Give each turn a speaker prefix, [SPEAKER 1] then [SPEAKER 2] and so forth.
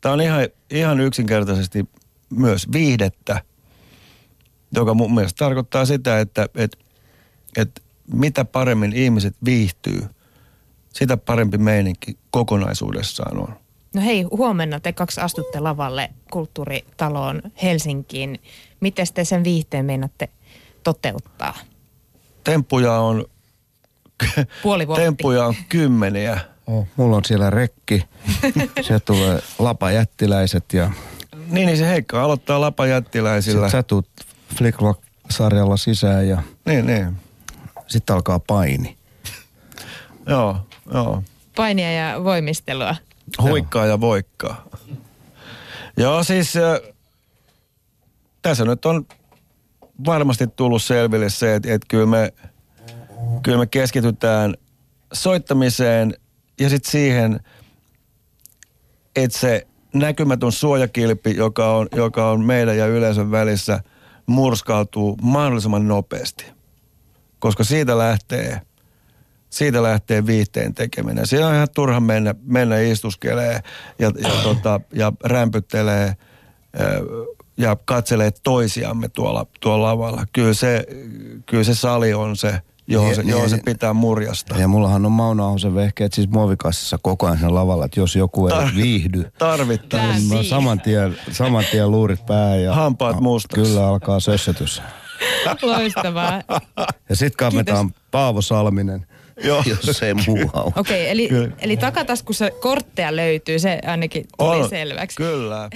[SPEAKER 1] Tämä on ihan, ihan yksinkertaisesti myös viihdettä, joka mun mielestä tarkoittaa sitä, että, että, että mitä paremmin ihmiset viihtyy, sitä parempi meininki kokonaisuudessaan on.
[SPEAKER 2] No hei, huomenna te kaksi astutte lavalle kulttuuritaloon Helsinkiin. Miten te sen viihteen meinaatte toteuttaa?
[SPEAKER 1] Temppuja on,
[SPEAKER 2] Puoli vuotta.
[SPEAKER 1] temppuja on kymmeniä.
[SPEAKER 3] Oh, mulla on siellä rekki, se tulee lapajättiläiset ja
[SPEAKER 1] Niin, niin se Heikka aloittaa
[SPEAKER 3] sit
[SPEAKER 1] lapajättiläisillä.
[SPEAKER 3] sä tuut Flicklock-sarjalla sisään ja
[SPEAKER 1] Niin, niin.
[SPEAKER 3] sit alkaa paini.
[SPEAKER 1] Joo, joo.
[SPEAKER 2] Painia ja voimistelua.
[SPEAKER 1] Huikkaa ja voikkaa. Joo, siis äh, tässä nyt on varmasti tullut selville se, että, että kyllä, me, kyllä me keskitytään soittamiseen ja sitten siihen, että se näkymätön suojakilpi, joka on, joka on meidän ja yleisön välissä, murskautuu mahdollisimman nopeasti. Koska siitä lähtee – siitä lähtee viihteen tekeminen. Se on ihan turha mennä, mennä istuskelee ja, ja, tota, ja rämpyttelee ö, ja katselee toisiamme tuolla, tuolla lavalla. Kyllä se, kyllä se sali on se, johon, se,
[SPEAKER 3] Niin,
[SPEAKER 1] johon se
[SPEAKER 3] niin.
[SPEAKER 1] pitää murjasta.
[SPEAKER 3] Ja mullahan on Mauno Ahosen vehkeet siis muovikassissa koko ajan siinä lavalla, että jos joku ei
[SPEAKER 1] Tar-
[SPEAKER 3] viihdy,
[SPEAKER 1] Tarvittaessa.
[SPEAKER 3] niin mä
[SPEAKER 2] Siinä.
[SPEAKER 3] saman tien, saman tien luurit päähän ja
[SPEAKER 1] siis- Hampaat mustaksi.
[SPEAKER 3] kyllä alkaa sössötys.
[SPEAKER 2] Loistavaa.
[SPEAKER 3] Ja sit kammetaan Paavo Salminen,
[SPEAKER 1] Ah. Joo.
[SPEAKER 3] jos ei muu auta.
[SPEAKER 2] Okei, okay, eli,
[SPEAKER 1] Kyllä.
[SPEAKER 2] eli takataskussa kortteja löytyy, se ainakin tuli
[SPEAKER 1] On,
[SPEAKER 2] selväksi.
[SPEAKER 1] Kyllä.